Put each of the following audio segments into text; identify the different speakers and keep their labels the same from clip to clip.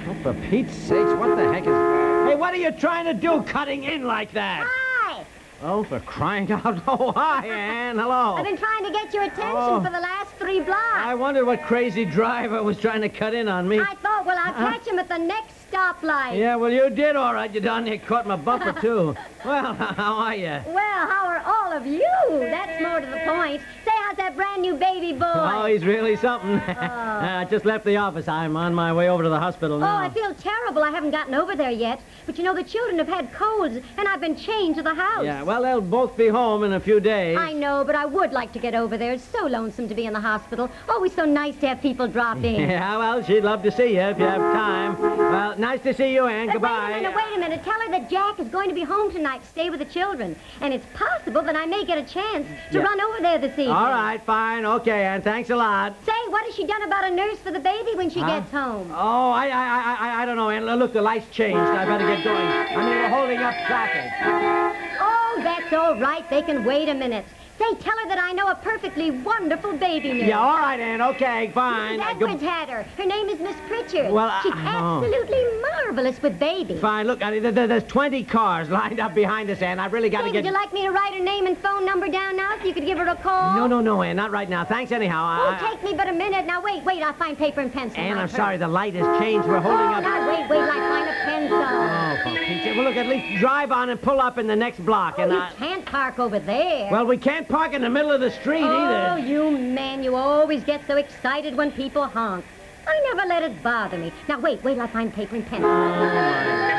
Speaker 1: Oh, For Pete's sakes, what the heck is. Hey, what are you trying to do cutting in like that?
Speaker 2: Hi!
Speaker 1: Oh, for crying out. Oh, hi, Ann. Hello.
Speaker 2: I've been trying to get your attention
Speaker 1: Oh.
Speaker 2: for the last three
Speaker 1: I
Speaker 2: blocks.
Speaker 1: wondered what crazy driver was trying to cut in on me.
Speaker 2: I thought, well, I'll catch him at the next stoplight.
Speaker 1: Uh-huh. Yeah, well, you did all right. You darn near caught my bumper, too. Well, how are you?
Speaker 2: Well, how are all of you? That's more to the point. Say, how's that brand new baby boy?
Speaker 1: Oh, he's really something.
Speaker 2: Oh.
Speaker 1: I just left the office. I'm on my way over to the hospital
Speaker 2: Oh, I
Speaker 1: now.
Speaker 2: feel terrible. I haven't gotten over there yet. But you know, the children have had colds, and I've been chained to the house.
Speaker 1: yeah, well, they'll both be home in a few days.
Speaker 2: I know, but I would like to get over there. It's so lonesome to be in the hospital. Always so nice to have people drop in.
Speaker 1: Yeah, well, she'd love to see you if you have time. Well, nice to see you, Ann.
Speaker 2: But
Speaker 1: Goodbye.
Speaker 2: Wait a minute, wait a minute. Tell her that Jack is going to be home tonight to stay with the children. And it's possible that I may get a chance to
Speaker 1: Yeah.
Speaker 2: run over there this evening.
Speaker 1: All right, fine. Okay, Ann. Thanks a lot.
Speaker 2: Say, what has she done about a nurse for the baby when she
Speaker 1: Huh?
Speaker 2: gets home?
Speaker 1: Oh, I, I, I, I- I don't know, Ann. Look, the lights changed. I better get going. I mean, we're holding up traffic.
Speaker 2: Oh, that's all right. They can wait a minute. Say, tell her that I know a perfectly wonderful baby nurse.
Speaker 1: Yeah, all right, Ann. Okay, fine. Uh,
Speaker 2: Edwards had her. Her name is Miss Pritchard.
Speaker 1: Well, I-
Speaker 2: She's
Speaker 1: oh.
Speaker 2: absolutely marvelous with babies.
Speaker 1: Fine. Look, I, there, there's 20 cars lined up behind us, Ann. I've really got
Speaker 2: Say,
Speaker 1: to
Speaker 2: would
Speaker 1: get...
Speaker 2: you like me to write her name and phone number down now so you could give her a call?
Speaker 1: No, no, no, Ann. Not right now. Thanks anyhow.
Speaker 2: Won't
Speaker 1: I,
Speaker 2: take me but a minute. Now, wait, wait. I'll find paper and pencil.
Speaker 1: Ann,
Speaker 2: My
Speaker 1: I'm
Speaker 2: turn.
Speaker 1: sorry. The light has changed. We're holding
Speaker 2: Oh,
Speaker 1: up...
Speaker 2: now, wait, wait. I'll find a pencil.
Speaker 1: Oh, for Pete's sake. Well, look, at least drive on and pull up in the next block. and
Speaker 2: you
Speaker 1: I...
Speaker 2: can't park over there.
Speaker 1: Well, we can't park in the middle of the street
Speaker 2: Oh,
Speaker 1: either.
Speaker 2: you men, you always get so excited when people honk. I never let it bother me. Now, wait, wait till I find paper and pencil.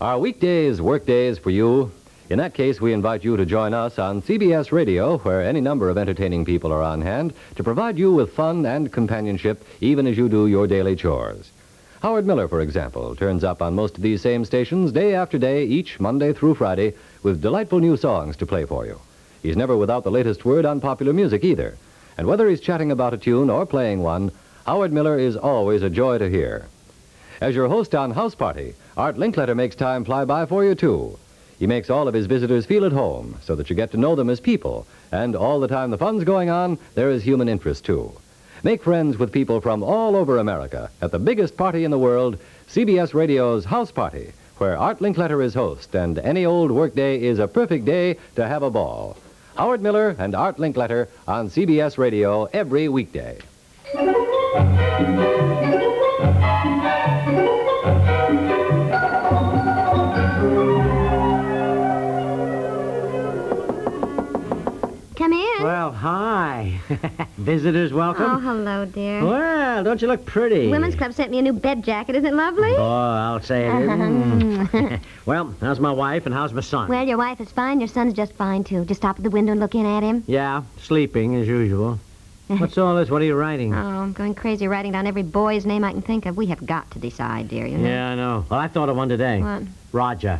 Speaker 3: Are weekdays work days for you? In that case, we invite you to join us on CBS Radio, where any number of entertaining people are on hand to provide you with fun and companionship, even as you do your daily chores. Howard Miller, for example, turns up on most of these same stations day after day, each Monday through Friday, with delightful new songs to play for you. He's never without the latest word on popular music either. And whether he's chatting about a tune or playing one, Howard Miller is always a joy to hear. As your host on House Party, Art Linkletter makes time fly by for you, too. He makes all of his visitors feel at home so that you get to know them as people, and all the time the fun's going on, there is human interest, too. Make friends with people from all over America at the biggest party in the world, CBS Radio's House Party, where Art Linkletter is host, and any old workday is a perfect day to have a ball. Howard Miller and Art Linkletter on CBS Radio every weekday.
Speaker 2: Come in. Oh,
Speaker 1: Well, hi. Visitors, welcome.
Speaker 2: hello, dear.
Speaker 1: Well, don't you look pretty?
Speaker 2: Club sent me a new bed jacket. Isn't it lovely?
Speaker 1: Oh, I'll say it. is. Mm. well, how's my wife and how's my son?
Speaker 2: Well, your wife is fine. Your son's just fine, too. Just stop at the window and look in at him.
Speaker 1: yeah, sleeping as usual. What's all this? What are you writing?
Speaker 2: Oh, I'm going crazy writing down every boy's name I can think of. We have got to decide, dear, you know.
Speaker 1: yeah, I know. Well, I thought of one today.
Speaker 2: What?
Speaker 1: Roger.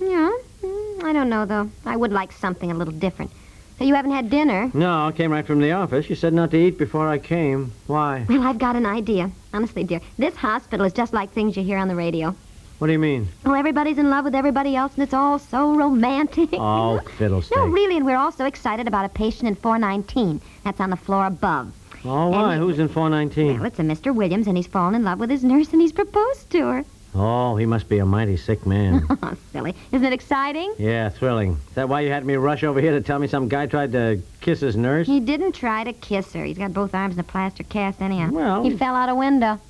Speaker 2: Yeah? Mm, I don't know, though. I would like something a little different. So you haven't had dinner?
Speaker 1: No, I came right from the office. You said not to eat before I came. Why?
Speaker 2: Well, I've got an idea. Honestly, dear, this hospital is just like things you hear on the radio.
Speaker 1: What do you mean?
Speaker 2: Oh, everybody's in love with everybody else, and it's all so romantic.
Speaker 1: Oh, fiddlesticks.
Speaker 2: No, really, and we're all so excited about a patient in 419. That's on the floor above.
Speaker 1: Oh, why?
Speaker 2: And-
Speaker 1: Who's in 419?
Speaker 2: Well, it's a Mr. Williams, and he's fallen in love with his nurse, and he's proposed to her.
Speaker 1: Oh, he must be a mighty sick man.
Speaker 2: Oh, silly. Isn't it exciting?
Speaker 1: yeah, thrilling. Is that why you had me rush over here to tell me some guy tried to kiss his nurse?
Speaker 2: He didn't try to kiss her. He's got both arms in a plaster cast, anyhow.
Speaker 1: Well-
Speaker 2: he fell out a window.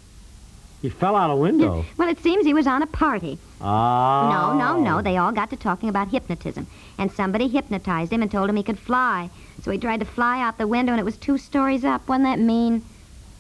Speaker 1: He fell out a window.
Speaker 2: Well, it seems he was on a party.
Speaker 1: Ah.
Speaker 2: No, no, no. They all got to talking about hypnotism. And somebody hypnotized him and told him he could fly. So he tried to fly out the window, and it was two stories up. Wasn't that mean?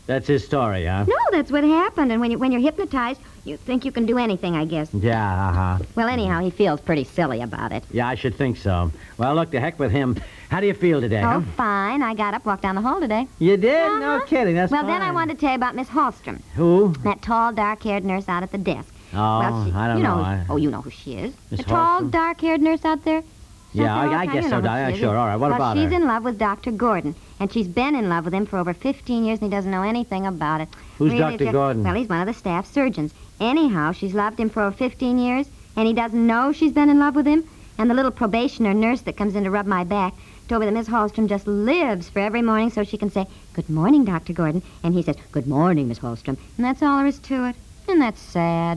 Speaker 1: That's his story, huh?
Speaker 2: No, that's what happened. And when, you, when you're hypnotized, You think you can do anything, I guess.
Speaker 1: Yeah, uh huh.
Speaker 2: Well, anyhow, he feels pretty silly about it.
Speaker 1: Yeah, I should think so. Well, look, to heck with him. How do you feel today, huh?
Speaker 2: Oh, fine. I got up, walked down the hall today.
Speaker 1: You did? No
Speaker 2: Uh-huh.
Speaker 1: kidding. That's
Speaker 2: well, then I
Speaker 1: fine.
Speaker 2: wanted to tell you about Miss Hallstrom,
Speaker 1: Who?
Speaker 2: that tall, dark-haired nurse out at the desk.
Speaker 1: Oh,
Speaker 2: well, she,
Speaker 1: I don't
Speaker 2: you know.
Speaker 1: know.
Speaker 2: who-
Speaker 1: I-
Speaker 2: Oh, you know who she is.
Speaker 1: Miss
Speaker 2: the tall,
Speaker 1: Hallstrom?
Speaker 2: dark-haired nurse out there. She's
Speaker 1: Yeah,
Speaker 2: out there all
Speaker 1: I- I
Speaker 2: the time.
Speaker 1: guess
Speaker 2: You know
Speaker 1: so,
Speaker 2: who
Speaker 1: Di-
Speaker 2: she is.
Speaker 1: sure. All right, what
Speaker 2: well,
Speaker 1: about
Speaker 2: she's
Speaker 1: her?
Speaker 2: in love with Dr. Gordon, and she's been in love with him for over 15 years, and he doesn't know anything about it.
Speaker 1: Who's
Speaker 2: Really,
Speaker 1: Dr.
Speaker 2: it's just-
Speaker 1: Gordon?
Speaker 2: Well, he's one of the staff surgeons. Anyhow, she's loved him for over 15 years, and he doesn't know she's been in love with him. And the little probationer nurse that comes in to rub my back told me that Miss Hallstrom just lives for every morning so she can say, Good morning, Dr. Gordon. And he says, Good morning, Miss Hallstrom. And that's all there is to it. And that's sad.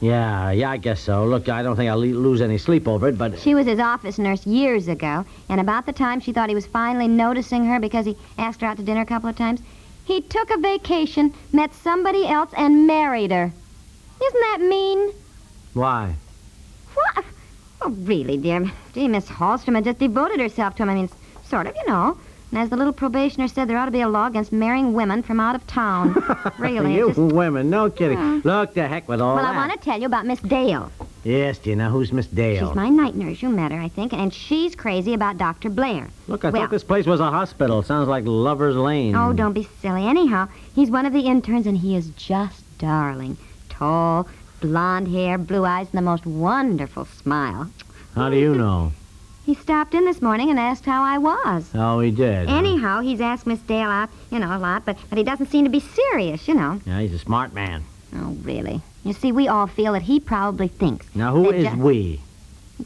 Speaker 1: Yeah, yeah, I guess so. Look, I don't think I'll le- lose any sleep over it, but
Speaker 2: She was his office nurse years ago, and about the time she thought he was finally noticing her because he asked her out to dinner a couple of times, he took a vacation, met somebody else, and married her. Isn't that mean?
Speaker 1: why?
Speaker 2: What? Oh, really, dear. Gee, Miss Hallstrom had just devoted herself to him. I mean, s- sort of, you know. And as the little probationer said, there ought to be a law against marrying women from out of town. really. it
Speaker 1: you
Speaker 2: just-
Speaker 1: women, no kidding. Look, the heck with all
Speaker 2: Well,
Speaker 1: that.
Speaker 2: I want to tell you about Miss Dale.
Speaker 1: Yes, do you know who's Miss Dale?
Speaker 2: She's my night nurse. You met her, I think. And she's crazy about Dr. Blair.
Speaker 1: Look, I
Speaker 2: well-
Speaker 1: thought this place was a hospital. Sounds like Lover's Lane.
Speaker 2: Oh, don't be silly. Anyhow, he's one of the interns, and he is just darling. Tall, blonde hair, blue eyes, and the most wonderful smile.
Speaker 1: How do you know?
Speaker 2: He stopped in this morning and asked how I was.
Speaker 1: Oh, he did. huh?
Speaker 2: Anyhow, he's asked Miss Dale out, you know, a lot, but, but he doesn't seem to be serious, you know.
Speaker 1: Yeah, he's a smart man.
Speaker 2: Oh, really? You see, we all feel that he probably thinks.
Speaker 1: Now, who
Speaker 2: That
Speaker 1: is
Speaker 2: ju-
Speaker 1: we?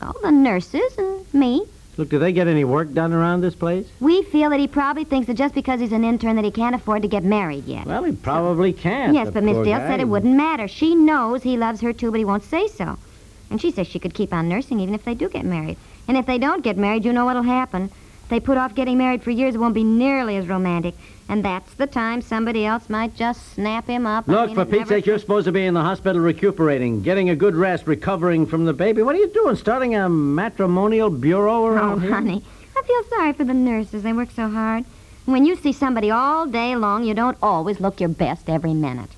Speaker 2: All the nurses and me,
Speaker 1: Look, do they get any work done around this place?
Speaker 2: we feel that he probably thinks that just because he's an intern that he can't afford to get married yet.
Speaker 1: Well, he probably can't.
Speaker 2: Yes,
Speaker 1: the
Speaker 2: but Miss
Speaker 1: poor
Speaker 2: Dale
Speaker 1: guy.
Speaker 2: said it wouldn't matter. She knows he loves her too, but he won't say so. And she says she could keep on nursing even if they do get married. And if they don't get married, you know what'll happen. If They put off getting married for years, it won't be nearly as romantic. And that's the time somebody else might just snap him up. I
Speaker 1: Look,
Speaker 2: mean,
Speaker 1: for
Speaker 2: it
Speaker 1: Pete's
Speaker 2: never-
Speaker 1: sake, you're supposed to be in the hospital recuperating, getting a good rest, recovering from the baby. What are you doing? Starting a matrimonial bureau
Speaker 2: Oh,
Speaker 1: around here?
Speaker 2: honey, I feel sorry for the nurses. They work so hard. When you see somebody all day long, you don't always look your best every minute.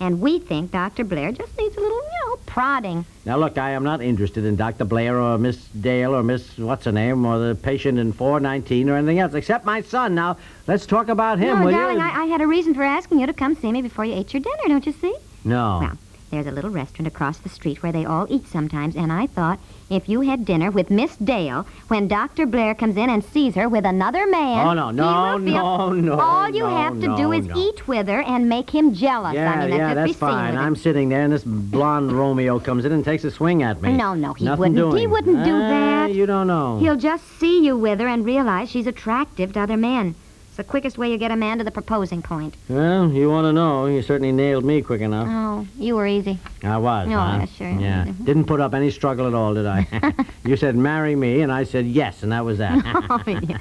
Speaker 2: And we think Dr. Blair just needs a little, you know, prodding.
Speaker 1: Now, look, I am not interested in Dr. Blair or Miss Dale or Miss what's her name or the patient in 419 or anything else except my son. Now, let's talk about him,
Speaker 2: no,
Speaker 1: will
Speaker 2: Oh, darling,
Speaker 1: you?
Speaker 2: I, I had a reason for asking you to come see me before you ate your dinner, don't you see?
Speaker 1: No.
Speaker 2: Well, there's a little restaurant across the street where they all eat sometimes, and I thought if you had dinner with Miss Dale when Dr. Blair comes in and sees her with another man.
Speaker 1: Oh, no,
Speaker 2: he
Speaker 1: no,
Speaker 2: will feel-
Speaker 1: no, no,
Speaker 2: All you
Speaker 1: no,
Speaker 2: have to
Speaker 1: no,
Speaker 2: do is
Speaker 1: no.
Speaker 2: eat with her and make him jealous.
Speaker 1: yeah,
Speaker 2: I mean,
Speaker 1: yeah,
Speaker 2: just
Speaker 1: that's
Speaker 2: be seen
Speaker 1: fine.
Speaker 2: with him.
Speaker 1: I'm sitting there, and this blonde Romeo comes in and takes a swing at me.
Speaker 2: No, no, he
Speaker 1: Nothing
Speaker 2: wouldn't.
Speaker 1: Doing.
Speaker 2: He wouldn't do
Speaker 1: Ah,
Speaker 2: that.
Speaker 1: You don't know.
Speaker 2: He'll just see you with her and realize she's attractive to other men. It's the quickest way you get a man to the proposing point.
Speaker 1: Well, you want to know. You certainly nailed me quick enough.
Speaker 2: Oh, you were easy.
Speaker 1: I was.
Speaker 2: Oh,
Speaker 1: huh?
Speaker 2: yeah, sure.
Speaker 1: Yeah. Didn't put up any struggle at all, did I? you said marry me, and I said yes, and that was that.
Speaker 2: Oh, yeah.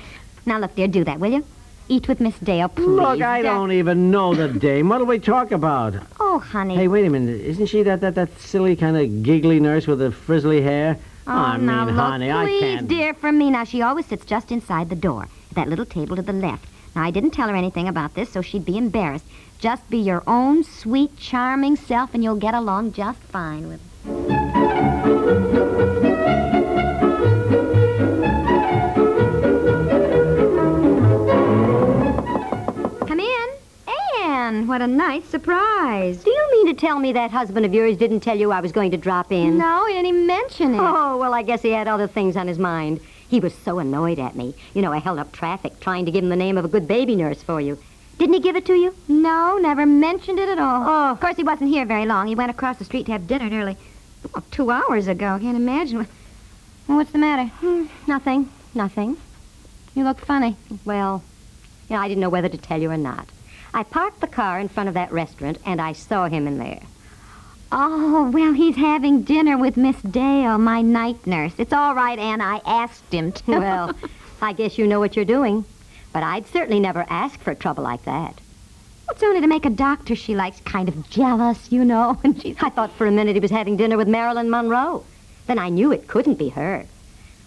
Speaker 2: Now, look, dear, do that, will you? Eat with Miss Dale, please.
Speaker 1: Look, I
Speaker 2: Just-
Speaker 1: don't even know the dame. What'll we talk about?
Speaker 2: Oh, honey.
Speaker 1: Hey, wait a minute. Isn't she that that, that silly kind of giggly nurse with the frizzly hair?
Speaker 2: Oh,
Speaker 1: I mean,
Speaker 2: now, look,
Speaker 1: honey, I
Speaker 2: please,
Speaker 1: can't.
Speaker 2: dear, for me. Now, she always sits just inside the door, at that little table to the left. Now, I didn't tell her anything about this, so she'd be embarrassed. Just be your own sweet, charming self, and you'll get along just fine with her. Come in. Anne, what a nice surprise.
Speaker 4: Do you mean to tell me that husband of yours didn't tell you I was going to drop in?
Speaker 2: No, he didn't even mention it.
Speaker 4: Oh, well, I guess he had other things on his mind. He was so annoyed at me. You know, I held up traffic trying to give him the name of a good baby nurse for you. Didn't he give it to you?
Speaker 2: No, never mentioned it at all. Oh. Of course, he wasn't here very long. He went across the street to have dinner nearly
Speaker 4: oh,
Speaker 2: well, two hours ago. Can't imagine. What... Well, what's the matter?
Speaker 4: Hmm, Nothing. Nothing.
Speaker 2: You look funny.
Speaker 4: Well, you know, I didn't know whether to tell you or not. I parked the car in front of that restaurant, and I saw him in there.
Speaker 2: Oh, well, he's having dinner with Miss Dale, my night nurse. It's all right, Anne. I asked him to.
Speaker 4: Well, I guess you know what you're doing. But I'd certainly never ask for trouble like that.
Speaker 2: it's only to make a doctor she likes kind of jealous, you know. And she's
Speaker 4: I thought for a minute he was having dinner with Marilyn Monroe. Then I knew it couldn't be her.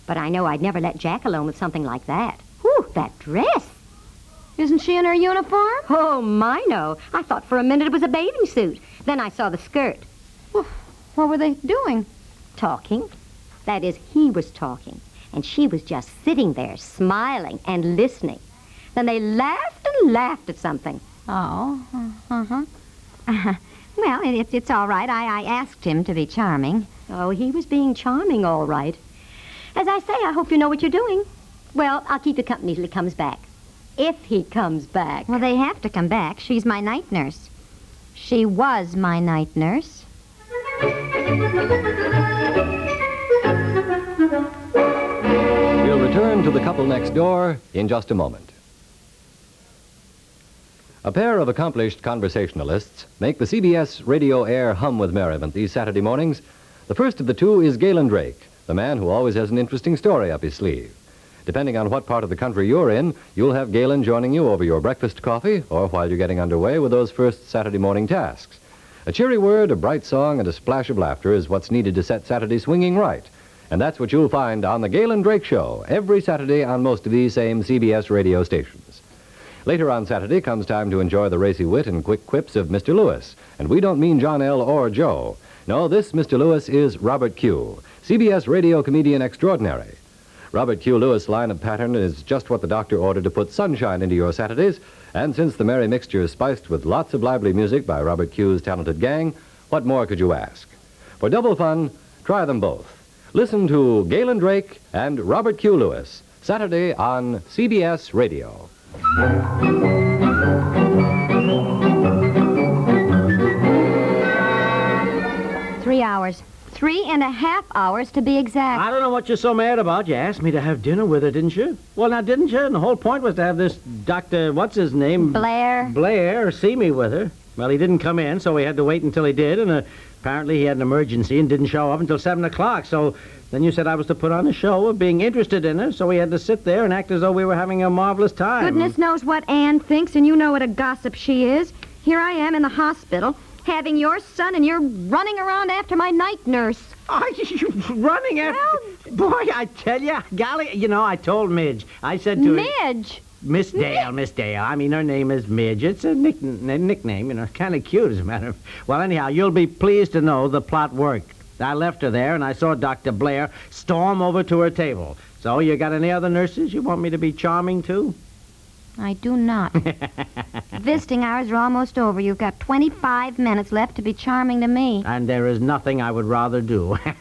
Speaker 4: But I know I'd never let Jack alone with something like that. Whew, that dress.
Speaker 2: isn't she in her uniform?
Speaker 4: Oh, my, no. I thought for a minute it was a bathing suit. Then I saw the skirt.
Speaker 2: What were they doing?
Speaker 4: Talking. That is, he was talking, and she was just sitting there, smiling and listening. Then they laughed and laughed at something.
Speaker 2: Oh, uh huh. well, it, it's it's all right. I, I asked him to be charming.
Speaker 4: Oh, he was being charming, all right. As I say, I hope you know what you're doing. Well, I'll keep you company till he comes back. If he comes back.
Speaker 2: Well, they have to come back. She's my night nurse. She was my night nurse.
Speaker 3: We'll return to the couple next door in just a moment. A pair of accomplished conversationalists make the CBS radio air hum with merriment these Saturday mornings. The first of the two is Galen Drake, the man who always has an interesting story up his sleeve. Depending on what part of the country you're in, you'll have Galen joining you over your breakfast coffee or while you're getting underway with those first Saturday morning tasks. A cheery word, a bright song, and a splash of laughter is what's needed to set Saturday swinging right. And that's what you'll find on The Galen Drake Show every Saturday on most of these same CBS radio stations. Later on Saturday comes time to enjoy the racy wit and quick quips of Mr. Lewis. And we don't mean John L. or Joe. No, this Mr. Lewis is Robert Q., CBS radio comedian extraordinary. Robert Q. Lewis' line of pattern is just what the doctor ordered to put sunshine into your Saturdays. And since the merry mixture is spiced with lots of lively music by Robert Q.'s talented gang, what more could you ask? For double fun, try them both. Listen to Galen Drake and Robert Q. Lewis, Saturday on CBS Radio.
Speaker 2: Three hours. Three and a half hours to be exact.
Speaker 1: I don't know what you're so mad about. You asked me to have dinner with her, didn't you? Well, now, didn't you? And the whole point was to have this Dr. What's his name?
Speaker 2: Blair.
Speaker 1: Blair see me with her. Well, he didn't come in, so we had to wait until he did, and uh, apparently he had an emergency and didn't show up until 7 o'clock. So then you said I was to put on a show of being interested in her, so we had to sit there and act as though we were having a marvelous time.
Speaker 2: Goodness knows what Anne thinks, and you know what a gossip she is. Here I am in the hospital, having your son, and you're running around after my night nurse.
Speaker 1: Are you running after... Boy, I tell you, golly, you know, I told Midge. I said to her...
Speaker 2: Midge!
Speaker 1: Miss Dale, Miss Dale. I mean, her name is Midge. It's a, nick- a nickname, you know, kind of cute, as a matter of... Well, anyhow, you'll be pleased to know the plot worked. I left her there, and I saw Dr. Blair storm over to her table. So you got any other nurses you want me to be charming to?
Speaker 2: I do not. Visiting hours are almost over. You've got 25 minutes left to be charming to me.
Speaker 1: And there is nothing I would rather do.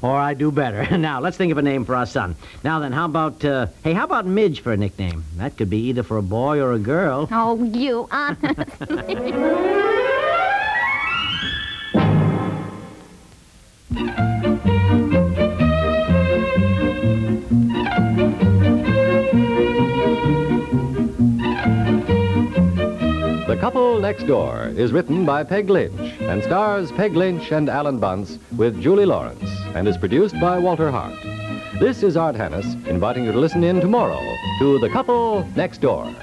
Speaker 1: or I do better. Now, let's think of a name for our son. Now then, how about, uh, hey, how about Midge for a nickname? That could be either for a boy or a girl.
Speaker 2: Oh, you, honest.
Speaker 3: The Couple Next Door is written by Peg Lynch and stars Peg Lynch and Alan Bunce with Julie Lawrence and is produced by Walter Hart. This is Art Hannis inviting you to listen in tomorrow to The Couple Next Door.